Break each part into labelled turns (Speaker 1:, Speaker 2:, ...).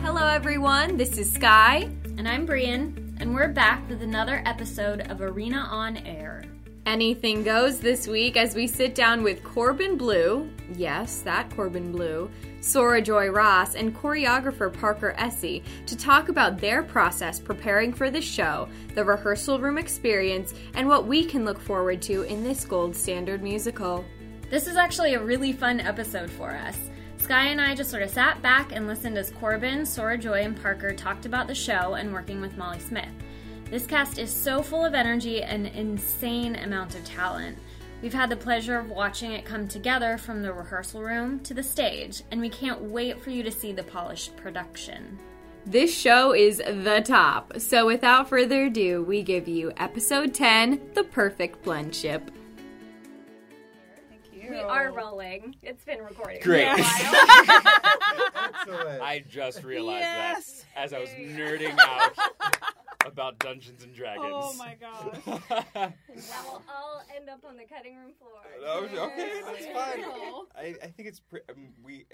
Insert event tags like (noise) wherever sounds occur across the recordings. Speaker 1: Hello, everyone. This is Sky,
Speaker 2: And I'm Brian, and we're back with another episode of Arena on Air.
Speaker 1: Anything goes this week as we sit down with Corbin Blue, yes, that Corbin Blue, Sora Joy Ross, and choreographer Parker Essie to talk about their process preparing for the show, the rehearsal room experience, and what we can look forward to in this gold standard musical.
Speaker 2: This is actually a really fun episode for us. Sky and I just sort of sat back and listened as Corbin, Sora Joy, and Parker talked about the show and working with Molly Smith. This cast is so full of energy and insane amount of talent. We've had the pleasure of watching it come together from the rehearsal room to the stage, and we can't wait for you to see the polished production.
Speaker 1: This show is the top. So, without further ado, we give you episode 10 The Perfect Blendship.
Speaker 2: We are rolling. It's been recording.
Speaker 3: Great. (laughs)
Speaker 4: Excellent.
Speaker 3: I just realized that as I was nerding out
Speaker 5: (laughs)
Speaker 3: about Dungeons and Dragons.
Speaker 5: Oh my
Speaker 3: (laughs)
Speaker 5: gosh.
Speaker 3: god.
Speaker 6: That will all end up on the cutting room floor.
Speaker 3: Oh, okay, that's fine.
Speaker 5: Cool.
Speaker 3: I, I think it's pretty. Um, we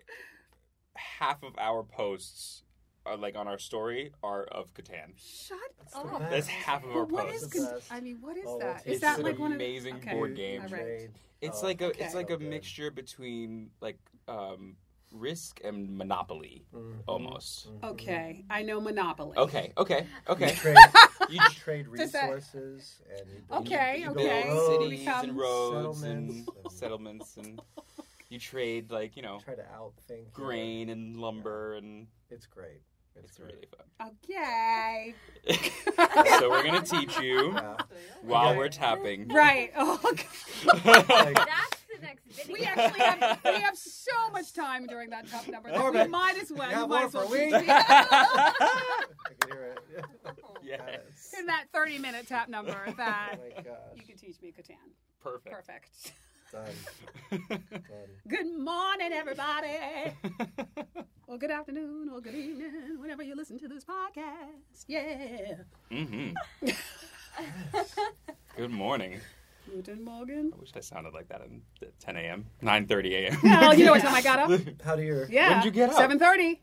Speaker 3: half of our posts are like on our story are of Catan.
Speaker 5: Shut up.
Speaker 6: Oh,
Speaker 3: That's half of our
Speaker 5: But what
Speaker 3: posts.
Speaker 5: is?
Speaker 4: That's the
Speaker 5: Con-
Speaker 4: best.
Speaker 5: I mean, what is
Speaker 4: Oh,
Speaker 5: that?
Speaker 4: that's
Speaker 5: Is
Speaker 3: It's
Speaker 5: that
Speaker 3: an
Speaker 5: like one
Speaker 3: amazing
Speaker 5: of okay.
Speaker 3: board game.
Speaker 5: all right.
Speaker 3: It's
Speaker 4: Oh,
Speaker 3: like a
Speaker 5: okay.
Speaker 3: it's like
Speaker 4: So
Speaker 3: a
Speaker 4: good.
Speaker 3: mixture between like um, Risk and Monopoly
Speaker 4: Mm-hmm. Mm.
Speaker 3: almost.
Speaker 5: Mm-hmm. Okay, I know Monopoly.
Speaker 3: Okay, okay,
Speaker 4: (laughs)
Speaker 3: okay.
Speaker 4: Trade,
Speaker 5: (laughs)
Speaker 3: you
Speaker 4: you trade
Speaker 5: Does that-
Speaker 4: resources and you build,
Speaker 5: Okay,
Speaker 4: you build
Speaker 5: okay.
Speaker 4: roads,
Speaker 3: cities and
Speaker 5: becomes-
Speaker 3: roads
Speaker 4: Settlements
Speaker 3: and
Speaker 4: and-
Speaker 3: settlements and you trade like you know
Speaker 4: Try to outthink.
Speaker 3: grain and lumber and
Speaker 4: It's great. It's,
Speaker 3: it's
Speaker 4: great.
Speaker 3: really
Speaker 5: (laughs)
Speaker 3: fun. (laughs)
Speaker 5: Okay.
Speaker 3: so we're gonna teach you
Speaker 4: (laughs) Yeah.
Speaker 3: while
Speaker 4: Okay.
Speaker 3: we're
Speaker 5: (laughs)
Speaker 3: tapping. (laughs)
Speaker 5: Right. Oh, God.
Speaker 4: Like,
Speaker 6: That's the next video.
Speaker 5: we
Speaker 1: (laughs)
Speaker 5: actually have we have so much time during that top number. that we
Speaker 4: Alright.
Speaker 5: might as well.
Speaker 4: Yeah,
Speaker 5: we might
Speaker 4: one
Speaker 5: as well
Speaker 4: for a
Speaker 5: keep
Speaker 3: (laughs)
Speaker 4: week.
Speaker 5: it
Speaker 4: I can hear it. (laughs)
Speaker 3: yes.
Speaker 5: in that thirty-minute top number.
Speaker 3: (laughs)
Speaker 4: Oh
Speaker 5: That
Speaker 4: my
Speaker 5: (laughs) you
Speaker 4: gosh.
Speaker 5: can teach me Catan.
Speaker 3: Perfect.
Speaker 5: Perfect.
Speaker 4: Done. Done.
Speaker 5: Good morning, everybody.
Speaker 3: (laughs)
Speaker 5: Or good afternoon, or good evening, whenever you listen to this podcast. Yeah.
Speaker 3: hmm (laughs) Good morning.
Speaker 5: Guten Morgen.
Speaker 3: I wish I sounded like that in- at 10 a.m.
Speaker 5: (laughs)
Speaker 3: 9:30 a.m.
Speaker 5: Well, you know what time I got up?
Speaker 4: How do your
Speaker 5: Yeah.
Speaker 3: When'd you get up?
Speaker 5: Seven thirty.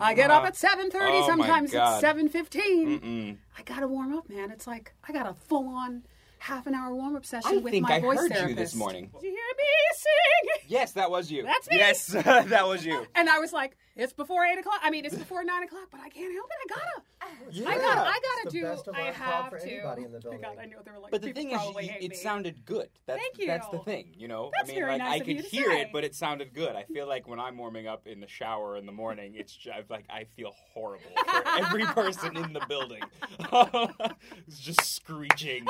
Speaker 5: I get up at seven thirty.
Speaker 3: Oh, my
Speaker 5: sometimes it's
Speaker 3: God.
Speaker 5: seven fifteen.
Speaker 3: Mm-mm.
Speaker 5: I gotta warm up, man. It's like I got a full on half an hour warm up session
Speaker 3: I
Speaker 5: with
Speaker 3: think
Speaker 5: my
Speaker 3: I
Speaker 5: voice
Speaker 3: heard
Speaker 5: therapist.
Speaker 3: you this morning.
Speaker 5: Did you hear me sing?
Speaker 3: Yes, that was you.
Speaker 5: That's me.
Speaker 3: Yes, (laughs) that
Speaker 5: (laughs)
Speaker 3: was you.
Speaker 5: And I was like, it's before eight o'clock. I mean, it's before nine o'clock, but I can't help it. I gotta. I gotta. I gotta
Speaker 4: It's the
Speaker 5: do.
Speaker 4: best alarm
Speaker 5: I
Speaker 4: clock
Speaker 5: have
Speaker 4: for
Speaker 5: to.
Speaker 4: anybody in the
Speaker 5: Oh my God,
Speaker 4: building.
Speaker 5: I knew they were like.
Speaker 3: But the
Speaker 5: people
Speaker 3: thing is,
Speaker 5: probably
Speaker 3: y-
Speaker 5: hate
Speaker 3: it
Speaker 5: me.
Speaker 3: sounded good. That's,
Speaker 5: Thank you.
Speaker 3: That's the thing, you know.
Speaker 5: That's
Speaker 3: I mean,
Speaker 5: very
Speaker 3: like
Speaker 5: nice
Speaker 3: I
Speaker 5: of
Speaker 3: could
Speaker 5: you to
Speaker 3: hear
Speaker 5: say.
Speaker 3: it, but it sounded good. I feel like when I'm warming up in the shower in the morning, it's just, I'm like I feel horrible for
Speaker 5: (laughs)
Speaker 3: every person in the building. (laughs) it's just
Speaker 5: (laughs)
Speaker 3: screeching.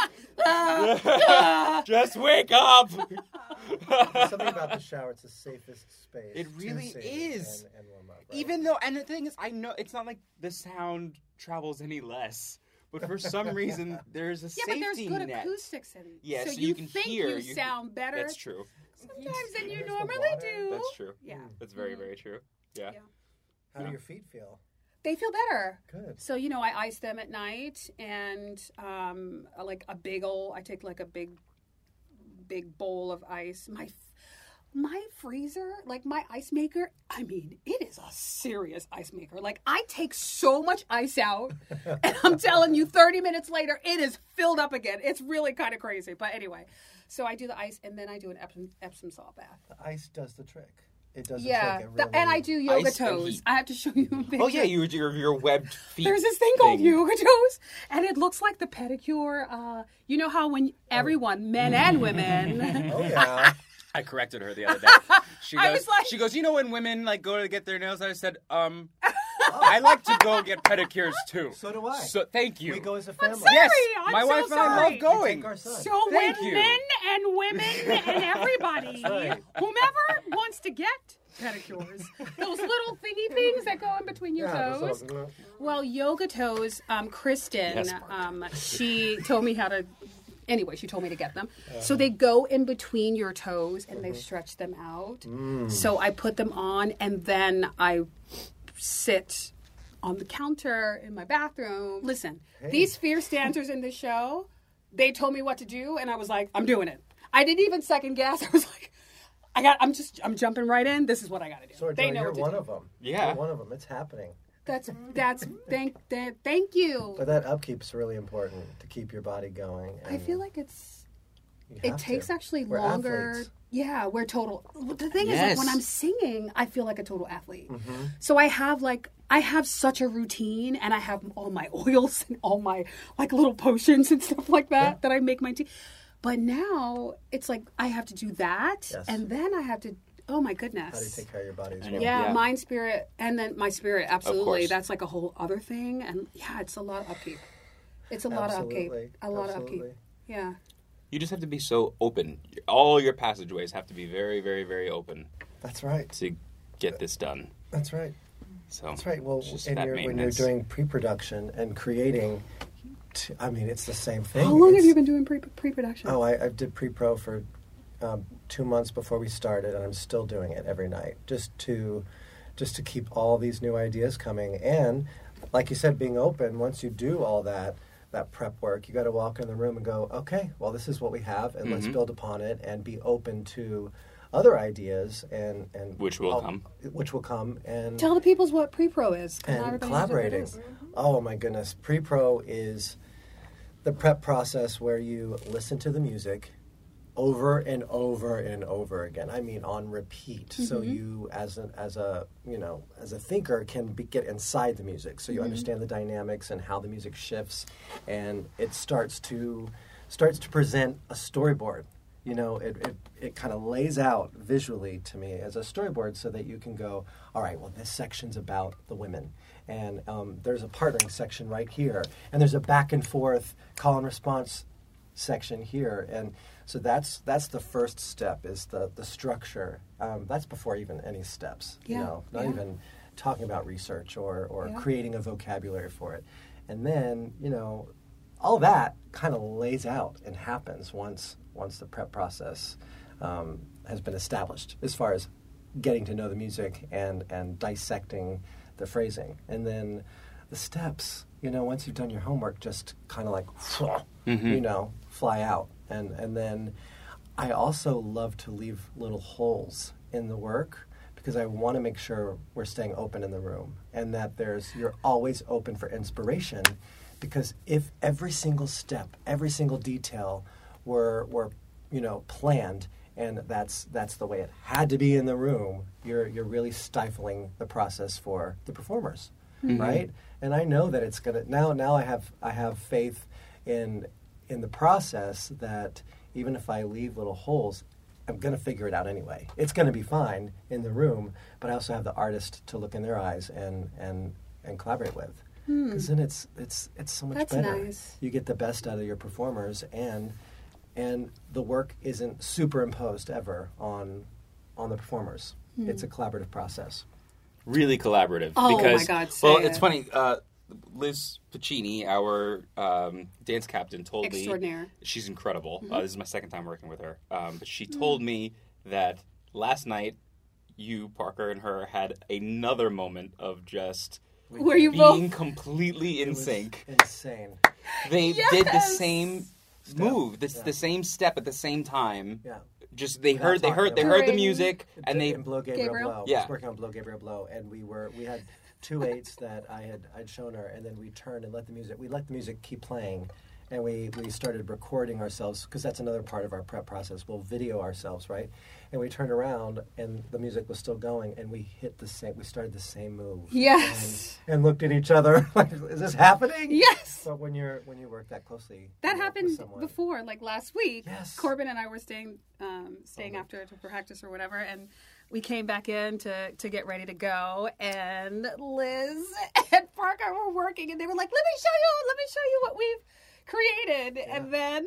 Speaker 3: (laughs) just wake up.
Speaker 4: There's something about the shower. It's the safest space.
Speaker 3: It
Speaker 4: to
Speaker 3: really
Speaker 4: sing
Speaker 3: is.
Speaker 4: And, and warm up, right?
Speaker 3: Even though, and the thing is, I know it's not like the sound travels any less, but for some (laughs) reason there's a
Speaker 5: Yeah, but
Speaker 3: safety
Speaker 5: there's good
Speaker 3: net.
Speaker 5: acoustics in it.
Speaker 3: Yeah,
Speaker 5: so,
Speaker 3: so
Speaker 5: you,
Speaker 3: you can
Speaker 5: think
Speaker 3: hear,
Speaker 5: you
Speaker 3: you can-
Speaker 5: sound better
Speaker 3: That's true.
Speaker 5: sometimes than you
Speaker 4: There's the
Speaker 5: normally
Speaker 4: water.
Speaker 5: do.
Speaker 3: That's true.
Speaker 5: Yeah.
Speaker 3: That's very, very true. Yeah.
Speaker 5: Yeah.
Speaker 4: How do your feet feel?
Speaker 5: They feel better.
Speaker 4: Good.
Speaker 5: So you know, I ice them at night, and um, like a big ol' I take like a big, big bowl of ice. My my freezer, like my ice maker. I mean, it is a serious ice maker. Like I take so much ice out, and I'm telling you, 30 minutes later, it is filled up again. It's really kind of crazy. But anyway, so I do the ice, and then I do an Epsom, Epsom salt bath.
Speaker 4: The ice does the trick. It does
Speaker 5: yeah,
Speaker 4: the trick. It
Speaker 5: the-
Speaker 4: really-
Speaker 5: and I do yoga
Speaker 3: Ice and
Speaker 5: toes.
Speaker 3: heat.
Speaker 5: I have to show you (laughs) a picture.
Speaker 3: Oh yeah, you your
Speaker 5: (laughs)
Speaker 3: your webbed feet.
Speaker 5: There's this thing called yoga toes, and it looks like the pedicure. Uh, you know how when everyone, men and
Speaker 4: (laughs)
Speaker 5: women, (laughs)
Speaker 4: Oh yeah.
Speaker 3: (laughs) I corrected her the other day. She goes,
Speaker 5: I was like-
Speaker 3: she goes, you know when women like go to get their nails? I said,
Speaker 5: (laughs)
Speaker 3: um, I like to go get pedicures too.
Speaker 4: So do I.
Speaker 3: So thank you.
Speaker 4: we go as a family.
Speaker 3: yes,
Speaker 5: Sorry, I'm
Speaker 3: my
Speaker 5: so
Speaker 3: wife and I
Speaker 5: sorry.
Speaker 3: love going.
Speaker 4: Take our son.
Speaker 5: so when
Speaker 3: Thank you.
Speaker 5: men and women and everybody,
Speaker 4: right.
Speaker 5: whomever wants to get pedicures, those little thingy things that go in between your
Speaker 4: Yeah,
Speaker 5: toes.
Speaker 4: that's all.
Speaker 5: Well, yoga toes. Um, Kristen,
Speaker 3: Yes, Mark.
Speaker 5: um, she told me how to. Anyway, she told me to get them. So they go in between your toes and they stretch them out. So I put them on and then I sit on the counter in my bathroom. Listen, these fierce dancers in the show, they told me what to do and I was like, I'm doing it. I didn't even second guess. (laughs) I was like, I got. I'm just. I'm jumping right in. This is what I got to do.
Speaker 4: Sorry,
Speaker 5: they
Speaker 4: Joe,
Speaker 5: know
Speaker 4: you're
Speaker 5: what to
Speaker 4: one
Speaker 5: do.
Speaker 4: of them.
Speaker 3: Yeah.
Speaker 4: You're one of them. It's happening.
Speaker 5: That's that's thank th- thank you.
Speaker 4: But that upkeep's really important to keep your body going.
Speaker 5: I
Speaker 4: and
Speaker 5: feel like it's
Speaker 4: you
Speaker 5: it
Speaker 4: have to.
Speaker 5: takes actually
Speaker 4: We're
Speaker 5: longer.
Speaker 4: athletes.
Speaker 5: Yeah, we're total. The thing is, like, when
Speaker 7: Yes.
Speaker 5: I'm singing, I feel like a total athlete.
Speaker 4: Mm-hmm.
Speaker 5: So I have like I have such a routine, and I have all my (laughs) oils and all my like little potions and stuff like that that I make my tea. But now it's like I have to do that,
Speaker 4: Yes.
Speaker 5: and then I have to. Oh my
Speaker 4: How do you
Speaker 5: goodness!
Speaker 4: take care of your body as
Speaker 3: I
Speaker 4: well?
Speaker 3: know.
Speaker 5: yeah,
Speaker 3: Yeah.
Speaker 5: mind, spirit, and then my spirit. Absolutely,
Speaker 3: course.
Speaker 5: that's like a whole other thing. And yeah, it's a lot of upkeep. It's a lot of
Speaker 4: Absolutely.
Speaker 5: upkeep. A lot of
Speaker 4: Absolutely.
Speaker 5: upkeep. Yeah.
Speaker 3: You just have to be so open. All your passageways have to be very, very, very open
Speaker 4: That's right.
Speaker 3: to get this done.
Speaker 4: That's right.
Speaker 3: So
Speaker 4: That's right. Well,
Speaker 3: It's just
Speaker 4: and
Speaker 3: that
Speaker 4: you're, when you're
Speaker 3: maintenance.
Speaker 4: doing pre-production and creating, t- I mean, it's the same thing.
Speaker 5: How long have
Speaker 4: It's-
Speaker 5: you been doing pre pre production?
Speaker 4: Oh, I, I did pre-pro for um, two months before we started, and I'm still doing it every night, just to just to keep all these new ideas coming. And like you said, being open. Once you do all that that prep work, you got to walk in the room and go, okay, well, this is what we have, and
Speaker 3: Mm-hmm.
Speaker 4: let's build upon it, and be open to other ideas and and
Speaker 3: Which will
Speaker 4: all-
Speaker 3: come.
Speaker 4: which will come and
Speaker 5: Tell the peoples what pre pro is. 'cause not
Speaker 4: and
Speaker 5: everybody knows what it
Speaker 4: collaborating.
Speaker 5: is.
Speaker 4: Oh my goodness, pre-pro is the prep process where you listen to the music over and over and over again. I mean, on repeat. So you, as an as a you know as a thinker, can be, get inside the music. So you understand the dynamics and how the music shifts, and it starts to starts to present a storyboard. You know, it it, it kind of lays out visually to me as a storyboard, so that you can go, all right, well, this section's about the women and um, there's a partnering section right here, and there's a back and forth call and response section here, and so that's that's the first step is the the structure. Um, that's before even any steps,
Speaker 5: Yeah,
Speaker 4: you know, not
Speaker 5: yeah.
Speaker 4: even talking about research or or
Speaker 5: Yeah.
Speaker 4: creating a vocabulary for it, and then you know, all that kind of lays out and happens once once the prep process um, has been established as far as getting to know the music and and dissecting the phrasing and then the steps you know once you've done your homework just kind of like (sniffs) you know fly out and and then i also love to leave little holes in the work because i want to make sure we're staying open in the room and that there's you're always open for inspiration because if every single step every single detail were were you know planned and that's that's the way it had to be in the room you're you're really stifling the process for the performers right and i know that it's going to now now i have i have faith in in the process that even if i leave little holes i'm going to figure it out anyway it's going to be fine in the room but i also have the artist to look in their eyes and and and collaborate with because then it's it's it's so much
Speaker 5: Hmm. That's
Speaker 4: better
Speaker 5: nice.
Speaker 4: you get the best out of your performers and and the work isn't superimposed ever on on the performers
Speaker 5: Hmm.
Speaker 4: it's a collaborative process
Speaker 3: really collaborative.
Speaker 5: Oh my
Speaker 3: because,
Speaker 5: God,
Speaker 3: Well,
Speaker 5: say
Speaker 3: it's
Speaker 5: it.
Speaker 3: funny. Uh, Liz Pacini, our um, dance captain, told me
Speaker 5: Extraordinaire. Mm-hmm.
Speaker 3: she's incredible. Uh, this is my second time working with her, um, but she told me that last night you, Parker, and her had another moment of just
Speaker 5: Where you both.
Speaker 3: being completely in
Speaker 4: It was
Speaker 3: sync.
Speaker 4: insane
Speaker 3: They did the same move, this, the same step at the same time.
Speaker 4: yeah
Speaker 3: Just they
Speaker 4: Without
Speaker 3: heard, they
Speaker 4: talking
Speaker 3: heard, they
Speaker 4: about
Speaker 3: heard the
Speaker 5: During-
Speaker 3: music, and they
Speaker 4: and blow Gabriel,
Speaker 5: Gabriel?
Speaker 4: blow. I
Speaker 3: Yeah.
Speaker 4: was working on blow Gabriel blow, and we were we had two eights that I had I'd shown her, and then we turned and let the music we let the music keep playing, and we we started recording ourselves because that's another part of our prep process. We'll video ourselves, right? And we turned around, and the music was still going, and we hit the same. We started the same move.
Speaker 5: Yes.
Speaker 4: And, and looked at each other (laughs) like, is this happening?
Speaker 5: Yes.
Speaker 4: But when you're when you work that closely,
Speaker 5: That
Speaker 4: you work with
Speaker 5: happened
Speaker 4: someone.
Speaker 5: before, like last week.
Speaker 4: Yes. Oh,
Speaker 5: Corbin and I were staying um, staying after to practice or whatever, and we came back in to, to get ready to go. And Liz (laughs) and Parker were working, and they were like, "Let me show you, let me show you what we've created." And then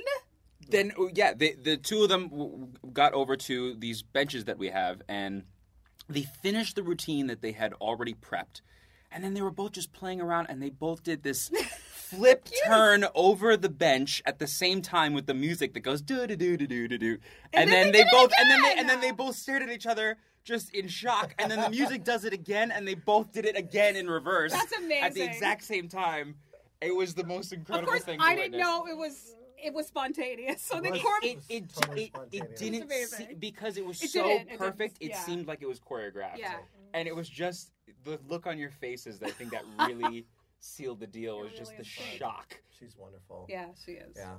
Speaker 3: then oh, yeah the, the two of them w- w- got over to these benches that we have and they finished the routine that they had already prepped and then they were both just playing around and they both did
Speaker 5: (laughs)
Speaker 3: this flip turn over the bench at the same time with the music that goes do do do do do do do and
Speaker 5: then
Speaker 3: then
Speaker 5: they
Speaker 3: they
Speaker 5: did it
Speaker 3: both and then they and
Speaker 5: again!
Speaker 3: then they both stared at each other just in shock and then
Speaker 5: (laughs)
Speaker 3: the music does it again and they both did it again in reverse
Speaker 5: That's
Speaker 3: at the
Speaker 5: amazing.
Speaker 3: exact same time it was the most
Speaker 5: of
Speaker 3: incredible
Speaker 5: course
Speaker 3: thing to
Speaker 5: I didn't
Speaker 3: witness
Speaker 5: know it was it was spontaneous. (laughs) So then
Speaker 4: was.
Speaker 5: Corbin,
Speaker 3: it it, it,
Speaker 4: Totally
Speaker 3: it
Speaker 4: spontaneous.
Speaker 3: didn't
Speaker 5: It's
Speaker 3: se-
Speaker 5: amazing.
Speaker 3: because it was
Speaker 5: It
Speaker 3: so
Speaker 5: didn't. It didn't-
Speaker 3: perfect. It
Speaker 5: yeah.
Speaker 3: seemed like it was choreographed.
Speaker 5: Yeah.
Speaker 3: And it was just the look on your faces, I think that
Speaker 5: (laughs)
Speaker 3: really sealed the deal was just
Speaker 5: really
Speaker 3: the
Speaker 5: inspired.
Speaker 3: shock.
Speaker 4: She's wonderful.
Speaker 5: Yeah, she is.
Speaker 4: Yeah.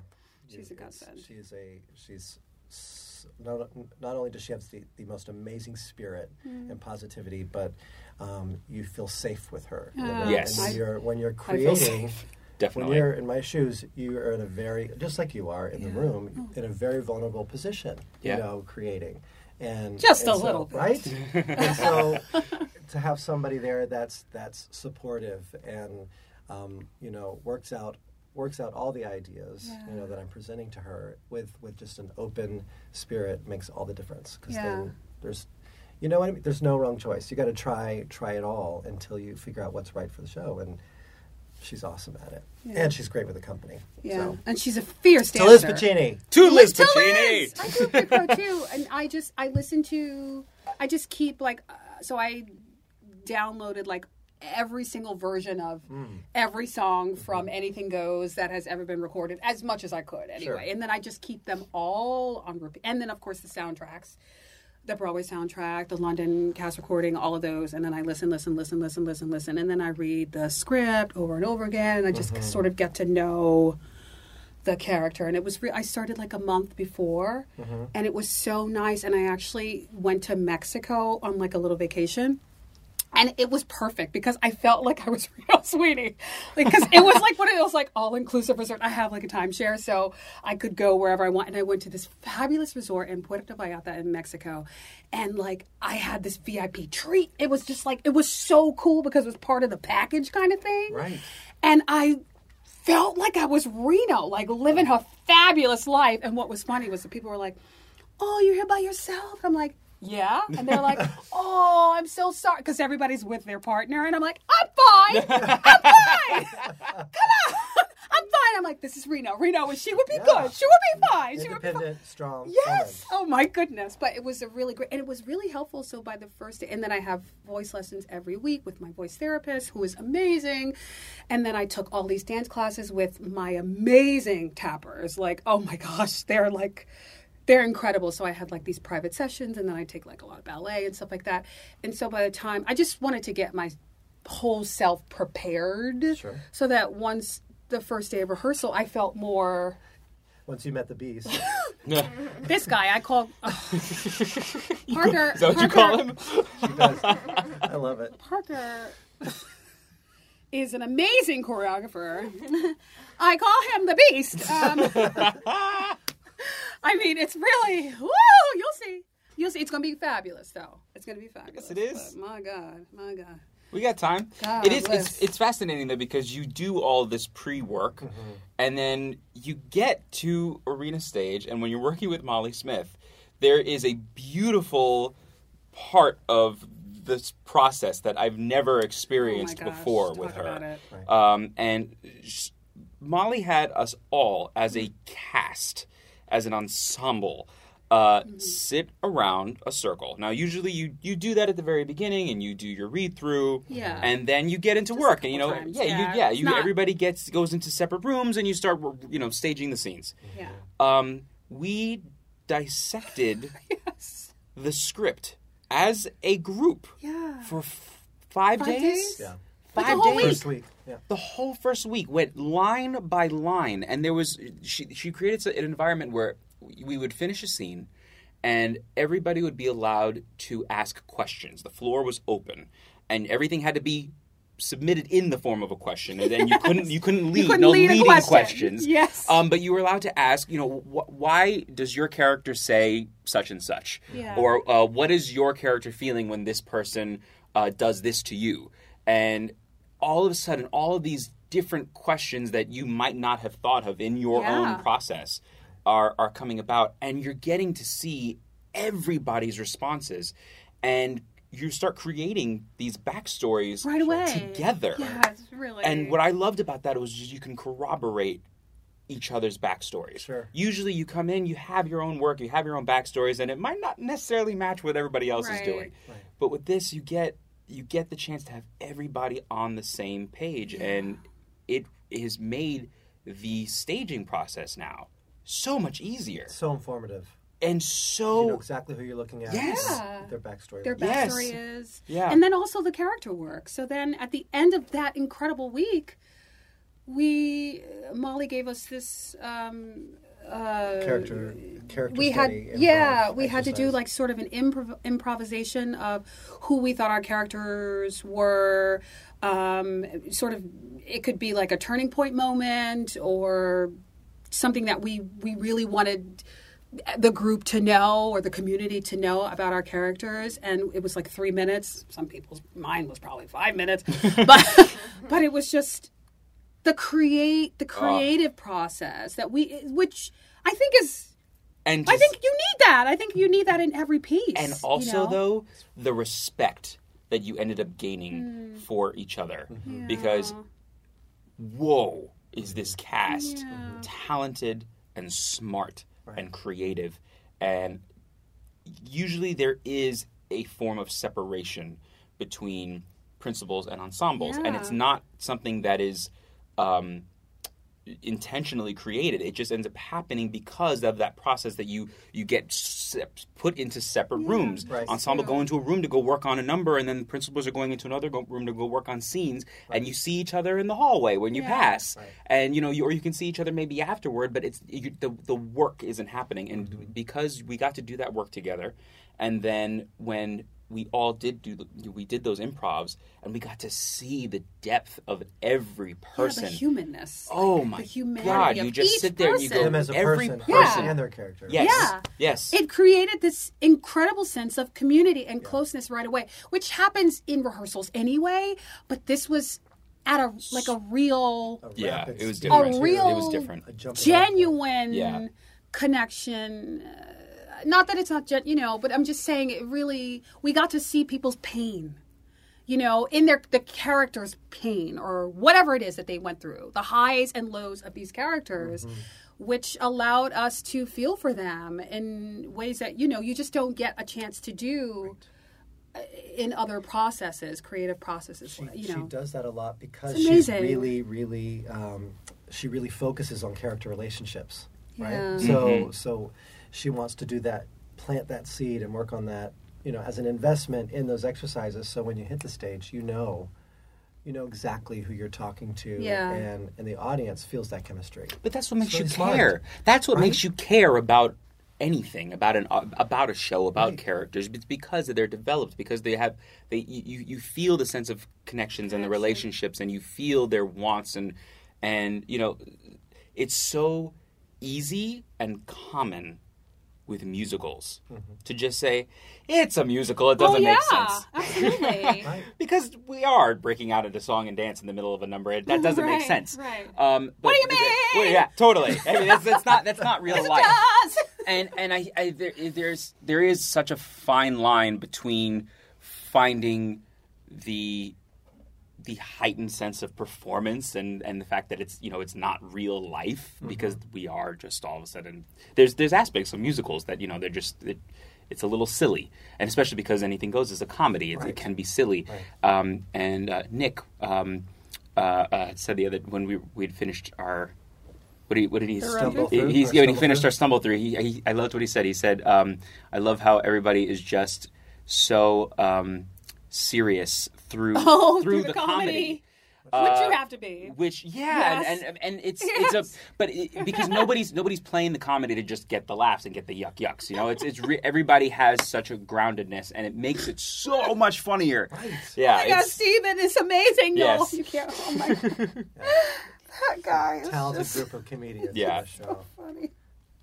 Speaker 5: She's a
Speaker 4: It's-
Speaker 5: godsend.
Speaker 4: She's a she's s- not not only does she have the, the most amazing spirit
Speaker 5: Mm.
Speaker 4: and positivity, but um, you feel safe with her. you know?
Speaker 3: Yes.
Speaker 4: When
Speaker 3: I-
Speaker 4: you're when you're
Speaker 5: Ah. feel safe.
Speaker 4: creating.
Speaker 3: Definitely.
Speaker 4: When you're in my shoes, you are in a very just like you are in the room,
Speaker 5: Oh.
Speaker 4: in a very vulnerable position.
Speaker 3: Yeah.
Speaker 4: You know, creating. And
Speaker 5: Just
Speaker 4: and
Speaker 5: a
Speaker 4: so-
Speaker 5: little bit. (laughs)
Speaker 4: right? and so to have somebody there that's that's supportive and um, you know works out works out all the ideas you know that I'm presenting to her with with just an open spirit makes all the difference because
Speaker 5: Yeah.
Speaker 4: then there's you know what I mean there's no wrong choice you got to try try it all until you figure out what's right for the show and she's awesome at it and she's great with the company
Speaker 5: Yeah.
Speaker 4: so.
Speaker 5: And she's a fierce
Speaker 4: to Liz
Speaker 5: dancer.
Speaker 4: Pacini
Speaker 3: To Liz
Speaker 5: Tell
Speaker 3: Pacini!
Speaker 5: Liz! I grew up with her too, and I just I listen to I just keep like uh, so I downloaded like every single version of every song from Anything Goes that has ever been recorded as much as I could anyway, and then I just keep them all on repeat, and then of course the soundtracks. The Broadway soundtrack, the London cast recording, all of those, and then I listen, listen, listen, listen, listen, listen, and then I read the script over and over again, and I just sort of get to know the character and it was re- i started like a month before and it was so nice and i actually went to mexico on like a little vacation and it was perfect because I felt like I was (laughs) real sweetie. Like, because it was like one of those like all inclusive resort. I have like a timeshare, so I could go wherever I want. And I went to this fabulous resort in Puerto Vallarta in Mexico, and like I had this VIP treat. It was just like it was so cool because it was part of the package kind of thing.
Speaker 4: Right.
Speaker 5: And I felt like I was Reno, like living her fabulous life. And what was funny was the people were like, "Oh, you're here by yourself." I'm like, "Yeah," and they're like, "Oh, I'm so sorry," because everybody's with their partner, and I'm like, "I'm fine, I'm fine, come on, (laughs) I'm fine." I'm like, "This is Reno. Reno, and she would be good. She would be fine. She would be fine."
Speaker 4: independent strong
Speaker 5: Yes.
Speaker 4: woman.
Speaker 5: Oh my goodness. But it was a really great, and it was really helpful. So by the first day, and then I have voice lessons every week with my voice therapist, who is amazing. And then I took all these dance classes with my amazing tappers. Like, oh my gosh, they're like. They're incredible. So I had like these private sessions, and then I take like a lot of ballet and stuff like that. And so by the time I just wanted to get my whole self prepared,
Speaker 4: Sure.
Speaker 5: so that once the first day of rehearsal, I felt more
Speaker 4: once you met the beast
Speaker 5: this guy I
Speaker 3: (laughs)
Speaker 5: call Parker.
Speaker 3: Is that what
Speaker 5: (laughs)
Speaker 3: you call him?
Speaker 4: I love it
Speaker 5: Parker is an amazing choreographer. I call him the Beast. Um, I mean, it's really woo. You'll see. You'll see. It's gonna be fabulous, though. It's gonna be fabulous.
Speaker 3: it is.
Speaker 5: But my God. My God.
Speaker 3: We got time.
Speaker 5: God
Speaker 3: it is. It's,
Speaker 5: bless.
Speaker 3: it's fascinating though because you do all this pre-work, and then you get to arena stage, and when you're working with Molly Smith, there is a beautiful part of this process that I've never experienced
Speaker 5: Oh gosh,
Speaker 3: before
Speaker 5: talk
Speaker 3: with her.
Speaker 5: about it.
Speaker 3: Um, and sh- Molly had us all as a cast, as an ensemble, uh,
Speaker 5: Mm-hmm.
Speaker 3: sit around a circle. Now, usually you you do that at the very beginning, and you do your read through,
Speaker 5: Yeah.
Speaker 3: and then you get into work, and you know,
Speaker 5: couple times,
Speaker 3: yeah,
Speaker 5: yeah.
Speaker 3: you, yeah,
Speaker 5: It's
Speaker 3: you
Speaker 5: not-
Speaker 3: everybody gets goes into separate rooms, and you start you know staging the scenes.
Speaker 5: Yeah.
Speaker 3: Um, we
Speaker 5: (laughs)
Speaker 3: dissected the script as a group
Speaker 5: Yeah.
Speaker 3: for f- five,
Speaker 5: Five days?
Speaker 4: yeah
Speaker 3: Five
Speaker 5: the whole
Speaker 3: days
Speaker 4: first week yeah
Speaker 3: the whole first week went line by line and there was she she created an environment where we would finish a scene and everybody would be allowed to ask questions the floor was open and everything had to be submitted in the form of a question and then you couldn't
Speaker 5: (laughs)
Speaker 3: you couldn't lead
Speaker 5: couldn't
Speaker 3: no
Speaker 5: lead a
Speaker 3: leading
Speaker 5: question.
Speaker 3: questions
Speaker 5: Yes.
Speaker 3: um, but you were allowed to ask you know wh- why does your character say such and such
Speaker 5: Yeah.
Speaker 3: or or uh, what is your character feeling when this person uh, does this to you? And all of a sudden, all of these different questions that you might not have thought of in your
Speaker 5: Yeah.
Speaker 3: own process are are coming about, and you're getting to see everybody's responses, and you start creating these backstories
Speaker 5: Right away.
Speaker 3: together.
Speaker 5: Yeah. It's really.
Speaker 3: And what I loved about that was just you can corroborate each other's backstories.
Speaker 4: Sure.
Speaker 3: Usually you come in, you have your own work, you have your own backstories, and it might not necessarily match what everybody else
Speaker 5: Right.
Speaker 3: is doing. But with this you get you get the chance to have everybody on the same page and it has made the staging process now so much easier.
Speaker 4: so informative
Speaker 3: and so
Speaker 4: You know exactly who you're looking at.
Speaker 3: Yes.
Speaker 5: Oh. Yeah.
Speaker 4: Their backstory.
Speaker 5: Their
Speaker 3: Yes.
Speaker 5: backstory is.
Speaker 3: Yeah.
Speaker 5: And then also the character work. So then at the end of that incredible week, we Molly gave us this um, uh,
Speaker 4: character. Character.
Speaker 5: we had
Speaker 4: study,
Speaker 5: yeah
Speaker 4: improv
Speaker 5: we had to do
Speaker 4: exercise.
Speaker 5: like sort of an improv- improvisation of who we thought our characters were um, sort of it could be like a turning point moment or something that we we really wanted the group to know or the community to know about our characters and it was like three minutes some people's mine was probably five
Speaker 4: (laughs)
Speaker 5: minutes but but it was just the create
Speaker 4: Ah.
Speaker 5: the creative process that we which i think is
Speaker 3: and
Speaker 5: I
Speaker 3: just-
Speaker 5: think you need that. I think you need that in every piece.
Speaker 3: and
Speaker 5: you
Speaker 3: also
Speaker 5: know?
Speaker 3: though the respect that you ended up
Speaker 5: Hmm.
Speaker 3: gaining for each other because whoa is this cast talented and smart and creative and usually there is a form of separation between principals and ensembles and it's not something that is um, intentionally created. It just ends up happening because of that process that you you get sep- put into separate rooms.
Speaker 4: Right.
Speaker 3: Ensemble go into a room to go work on a number, and then the principals are going into another go- room to go work on scenes. And you see each other in the hallway when you pass, and you know, you, or you can see each other maybe afterward. But it's you, the the work isn't happening, and
Speaker 5: Mm-hmm.
Speaker 3: because we got to do that work together, and then when we all did do the, we did those improvs and we got to see the depth of every
Speaker 5: yeah,
Speaker 3: person
Speaker 5: the humanness.
Speaker 3: Oh
Speaker 5: like,
Speaker 3: my
Speaker 5: the humanity
Speaker 3: God!
Speaker 5: Of
Speaker 3: You just
Speaker 5: each
Speaker 3: sit there and you go
Speaker 5: person.
Speaker 4: them as a
Speaker 3: every
Speaker 4: person,
Speaker 5: person.
Speaker 4: and their character.
Speaker 3: Yes.
Speaker 5: Yeah.
Speaker 3: Yes.
Speaker 5: It created this incredible sense of community and closeness right away, which happens in rehearsals anyway. But this was at a like a real,
Speaker 4: A
Speaker 3: yeah.
Speaker 4: rapid
Speaker 3: It was
Speaker 4: speed
Speaker 3: different.
Speaker 5: A
Speaker 4: to
Speaker 5: real-
Speaker 3: it was different.
Speaker 4: a jump
Speaker 5: genuine
Speaker 3: Yeah.
Speaker 5: connection. Uh, not that it's not, gen- you know, but I'm just saying it really. We got to see people's pain. you know, in their the character's pain or whatever it is that they went through, the highs and lows of these characters,
Speaker 4: Mm-hmm.
Speaker 5: which allowed us to feel for them in ways that you know you just don't get a chance to do uh, in other processes, creative processes. you know,
Speaker 4: she does that a lot because
Speaker 5: It's
Speaker 4: she's
Speaker 5: amazing.
Speaker 4: really, really, um, she really focuses on character relationships, right?
Speaker 5: Yeah.
Speaker 4: So, so she wants to do that, plant that seed, and work on that, you know, as an investment in those exercises. So when you hit the stage, you know, you know exactly who you're talking to,
Speaker 5: Yeah.
Speaker 4: and and the audience feels that chemistry.
Speaker 3: But that's what makes
Speaker 4: really
Speaker 3: you
Speaker 4: smart,
Speaker 3: care. That's what makes you care about anything about an uh, about a show about characters. It's because they're developed because they have they you, you- you feel the sense of connections and the relationships and you feel their wants and and you know it's so easy and common with musicals to just say it's a musical
Speaker 5: Oh,
Speaker 3: it doesn't make sense
Speaker 4: (laughs)
Speaker 5: absolutely.
Speaker 3: because we are breaking out into song and dance in the middle of a number. That doesn't
Speaker 5: Right,
Speaker 3: make sense.
Speaker 5: right.
Speaker 3: Um, but,
Speaker 5: do you mean?
Speaker 3: Well, yeah, totally. I mean, that's, that's not that's not real life. And and I, I there, there's there is such a fine line between finding the the heightened sense of performance and, and the fact that it's you know it's not real life because we are just all of a sudden there's there's aspects of musicals that you know they're just it, it's a little silly and especially because anything goes is a comedy it, it can be silly um, and uh, Nick um, uh, uh, said the other when we we'd finished our what did he, what did he
Speaker 4: Stumble
Speaker 3: he-
Speaker 4: through?
Speaker 3: he's
Speaker 4: Or
Speaker 3: yeah, when he
Speaker 4: stumble
Speaker 3: finished
Speaker 4: through?
Speaker 3: our stumble through he, he I loved what he said he said um, I love how everybody is just so um, serious through
Speaker 5: (laughs) Oh,
Speaker 3: through,
Speaker 5: through
Speaker 3: the,
Speaker 5: the
Speaker 3: comedy.
Speaker 5: comedy. Which
Speaker 4: Uh,
Speaker 5: you have to be.
Speaker 3: Which yeah,
Speaker 5: Yes.
Speaker 3: and, and and
Speaker 5: (laughs)
Speaker 3: it's it's a but it, because nobody's nobody's playing the comedy to just get the laughs and get the yuck yucks. You know, it's it's re- everybody has such a groundedness, and it makes it so much funnier. Yeah,
Speaker 5: Yeah,
Speaker 3: it's,
Speaker 5: Oh Steven is amazing. y'all.
Speaker 3: Yes.
Speaker 5: you can't. Oh
Speaker 3: (laughs)
Speaker 5: my god, that guy is
Speaker 4: (laughs) Talented
Speaker 5: just
Speaker 4: group of comedians.
Speaker 3: Yeah.
Speaker 4: in the show.
Speaker 5: funny.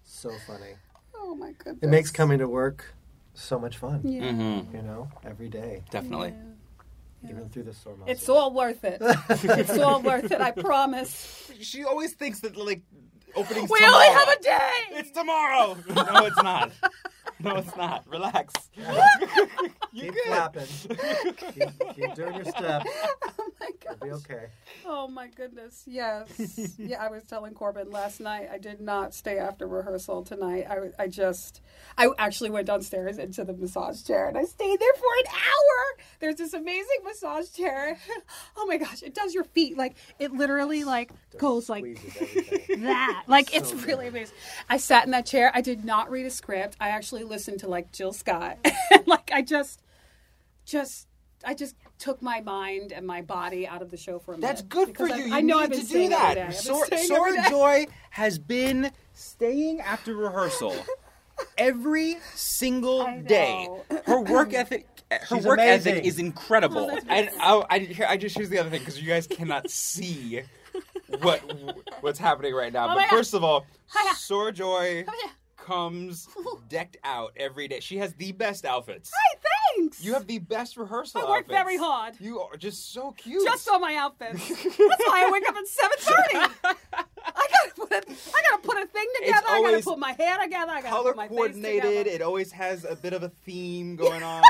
Speaker 4: So funny.
Speaker 5: Oh my goodness.
Speaker 4: It makes coming to work so much fun.
Speaker 5: Yeah.
Speaker 4: You know, every day,
Speaker 3: Mm-hmm, definitely.
Speaker 4: even through the storm.
Speaker 5: It's
Speaker 4: (laughs)
Speaker 5: all worth it. it's all worth it. I promise.
Speaker 3: She always thinks that like opening.
Speaker 5: We only have a day.
Speaker 3: It's tomorrow. (laughs) No, it's not. No, it's not. Relax.
Speaker 4: keep clapping. keep, keep doing your step.
Speaker 5: Oh my god.
Speaker 4: be okay.
Speaker 5: Oh my goodness. Yes. yeah, I was telling Corbin last night I did not stay after rehearsal tonight. I was- I just I actually went downstairs into the massage chair and I stayed there for an hour. There's this amazing massage chair. (laughs) oh my gosh, it does your feet like it literally like goes like
Speaker 4: Squeezes everything.
Speaker 5: that. (laughs) Like it's really amazing. I sat in that chair. I did not read a script. I actually listened to like Jill Scott. (laughs) like I just just I just took my mind and my body out of the show for a minute.
Speaker 7: That's good for
Speaker 5: Because
Speaker 7: you.
Speaker 5: I-
Speaker 7: You
Speaker 5: I, know
Speaker 7: need
Speaker 5: I've been
Speaker 7: to do
Speaker 5: saying it every day.
Speaker 7: that.
Speaker 5: I've been
Speaker 7: Sor-
Speaker 5: saying it every
Speaker 7: Sora
Speaker 5: day. (laughs)
Speaker 7: Joy has been staying after rehearsal every single day.
Speaker 5: (clears throat)
Speaker 3: Her work ethic,
Speaker 7: eh,
Speaker 3: her
Speaker 4: She's
Speaker 3: work ethic
Speaker 4: amazing.
Speaker 3: is incredible.
Speaker 7: And I, I, here- I just here's the other thing because you guys cannot see what what's happening right now. but
Speaker 5: Oh my God. Oh
Speaker 7: first of all, Sora Joy
Speaker 5: yeah.
Speaker 7: comes decked out every day. She has the best outfits.
Speaker 5: Hey, thanks.
Speaker 7: You have the best rehearsal.
Speaker 5: I work
Speaker 7: outfits.
Speaker 5: very hard.
Speaker 7: You are just so cute.
Speaker 5: just on my
Speaker 7: (laughs)
Speaker 5: outfits. That's why I wake up at seven thirty. I gotta put a, I gotta put a thing together. I gotta
Speaker 7: always
Speaker 5: put my hair together. I gotta
Speaker 7: color
Speaker 5: put my Face
Speaker 7: coordinated.
Speaker 5: together.
Speaker 7: It always has a bit of a
Speaker 5: (laughs)
Speaker 7: theme going on.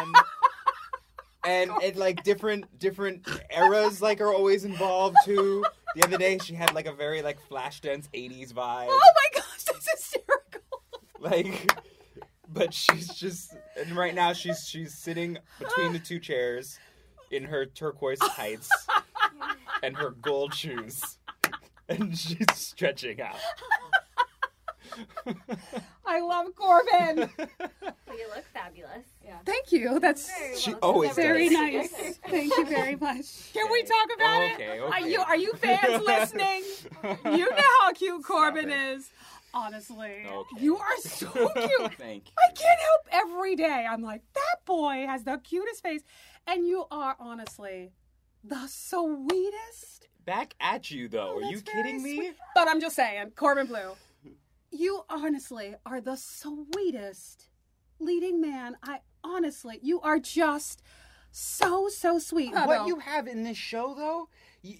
Speaker 7: And, and like different different eras like are always involved too. The other day she had like a very like flash dance 80s vibe.
Speaker 5: Oh my gosh, that's hysterical.
Speaker 7: Like (laughs) but she's just and right now she's she's sitting between the two chairs in her turquoise tights
Speaker 5: (laughs)
Speaker 7: and her gold shoes. And she's stretching out.
Speaker 5: (laughs) I love Corbin.
Speaker 6: Well, you look fabulous.
Speaker 5: Thank you. That's
Speaker 7: She always
Speaker 5: very
Speaker 7: does.
Speaker 5: nice. Thank you very much. Can we talk about it?
Speaker 7: Okay,
Speaker 5: Are
Speaker 7: okay.
Speaker 5: you are you fans listening? You know how cute Corbin is. Honestly,
Speaker 3: Okay.
Speaker 5: you are
Speaker 3: (laughs)
Speaker 5: so cute.
Speaker 3: Thank you.
Speaker 5: I can't help every day. I'm like, that boy has the cutest face. And you are honestly the sweetest.
Speaker 7: Back at you
Speaker 3: Oh,
Speaker 7: though. Are you kidding me?
Speaker 5: But I'm just saying, Corbin Blue, you honestly are the sweetest leading man. I honestly, you are just so, so sweet.
Speaker 7: Oh,
Speaker 3: what you have in this show though you,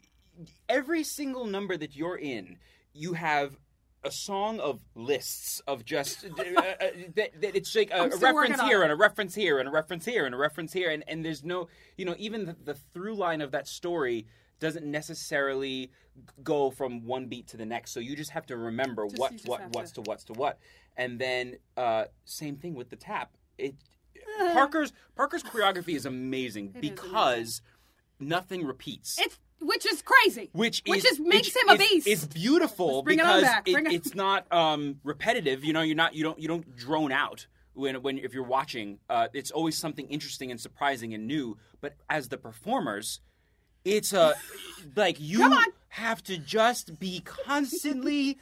Speaker 3: every single number that you're in you have a song of lists of just uh, uh, that, that it's like a, a
Speaker 5: still working
Speaker 3: reference
Speaker 5: on
Speaker 3: here
Speaker 5: it.
Speaker 3: and a reference here and a reference here and a reference here and, and there's no you know even the, the through line of that story doesn't necessarily g- go from one beat to the next so you just have to remember
Speaker 5: Just-
Speaker 3: what
Speaker 5: you just
Speaker 3: what
Speaker 5: have to.
Speaker 3: what's to what's to what and then uh, same thing with the tap it Parker's Parker's choreography is amazing
Speaker 5: amazing.
Speaker 3: because nothing repeats.
Speaker 5: it's which is crazy.
Speaker 3: which is,
Speaker 5: just makes
Speaker 3: which
Speaker 5: him a
Speaker 3: is-
Speaker 5: beast.
Speaker 3: It's beautiful
Speaker 5: Let's bring it on
Speaker 3: because
Speaker 5: back. Bring it-
Speaker 3: it's not um, repetitive. You know, you're not you don't you don't drone out when when if you're watching. Uh, it's always something interesting and surprising and new. But as the performers, it's a like you have to just be constantly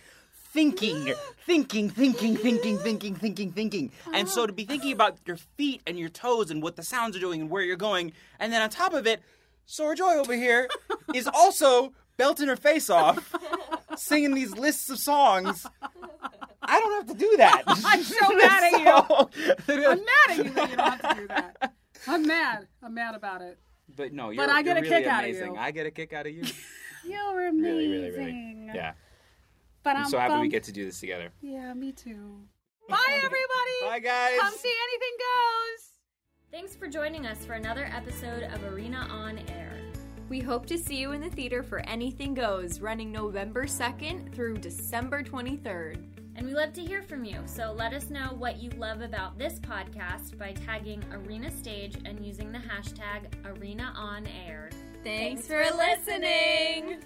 Speaker 3: thinking thinking thinking thinking thinking thinking thinking and so to be thinking about your feet and your toes and what the sounds are doing and where you're going and then on top of it Sora Joy over here
Speaker 5: (laughs)
Speaker 3: is also belting her face off singing these lists of songs I don't have to
Speaker 5: (laughs)
Speaker 3: do that (laughs) Oh.
Speaker 7: (laughs)
Speaker 5: I'm so mad at you.
Speaker 3: you
Speaker 5: I'm mad at you that you don't have to
Speaker 7: (laughs)
Speaker 5: do that. I'm mad. I'm mad about it.
Speaker 3: but no you're,
Speaker 5: I get
Speaker 3: you're
Speaker 5: a
Speaker 3: really
Speaker 5: kick out of
Speaker 3: amazing
Speaker 5: you.
Speaker 3: I get a kick out of you
Speaker 5: You're
Speaker 7: Really,
Speaker 5: amazing.
Speaker 7: really, really. Yeah.
Speaker 5: But
Speaker 7: I'm
Speaker 5: I'm
Speaker 7: so happy we
Speaker 5: bummed.
Speaker 7: get to do this together.
Speaker 5: Yeah, me too. Bye, everybody.
Speaker 7: (laughs) Bye guys.
Speaker 5: Come see anything goes.
Speaker 2: Thanks for joining us for another episode of Arena on Air.
Speaker 1: We hope to see you in the theater for Anything Goes, running November 2nd through December 23rd.
Speaker 2: And we love to hear from you, so let us know what you love about this podcast by tagging Arena Stage and using the hashtag ArenaOnAir.
Speaker 1: Thanks for listening!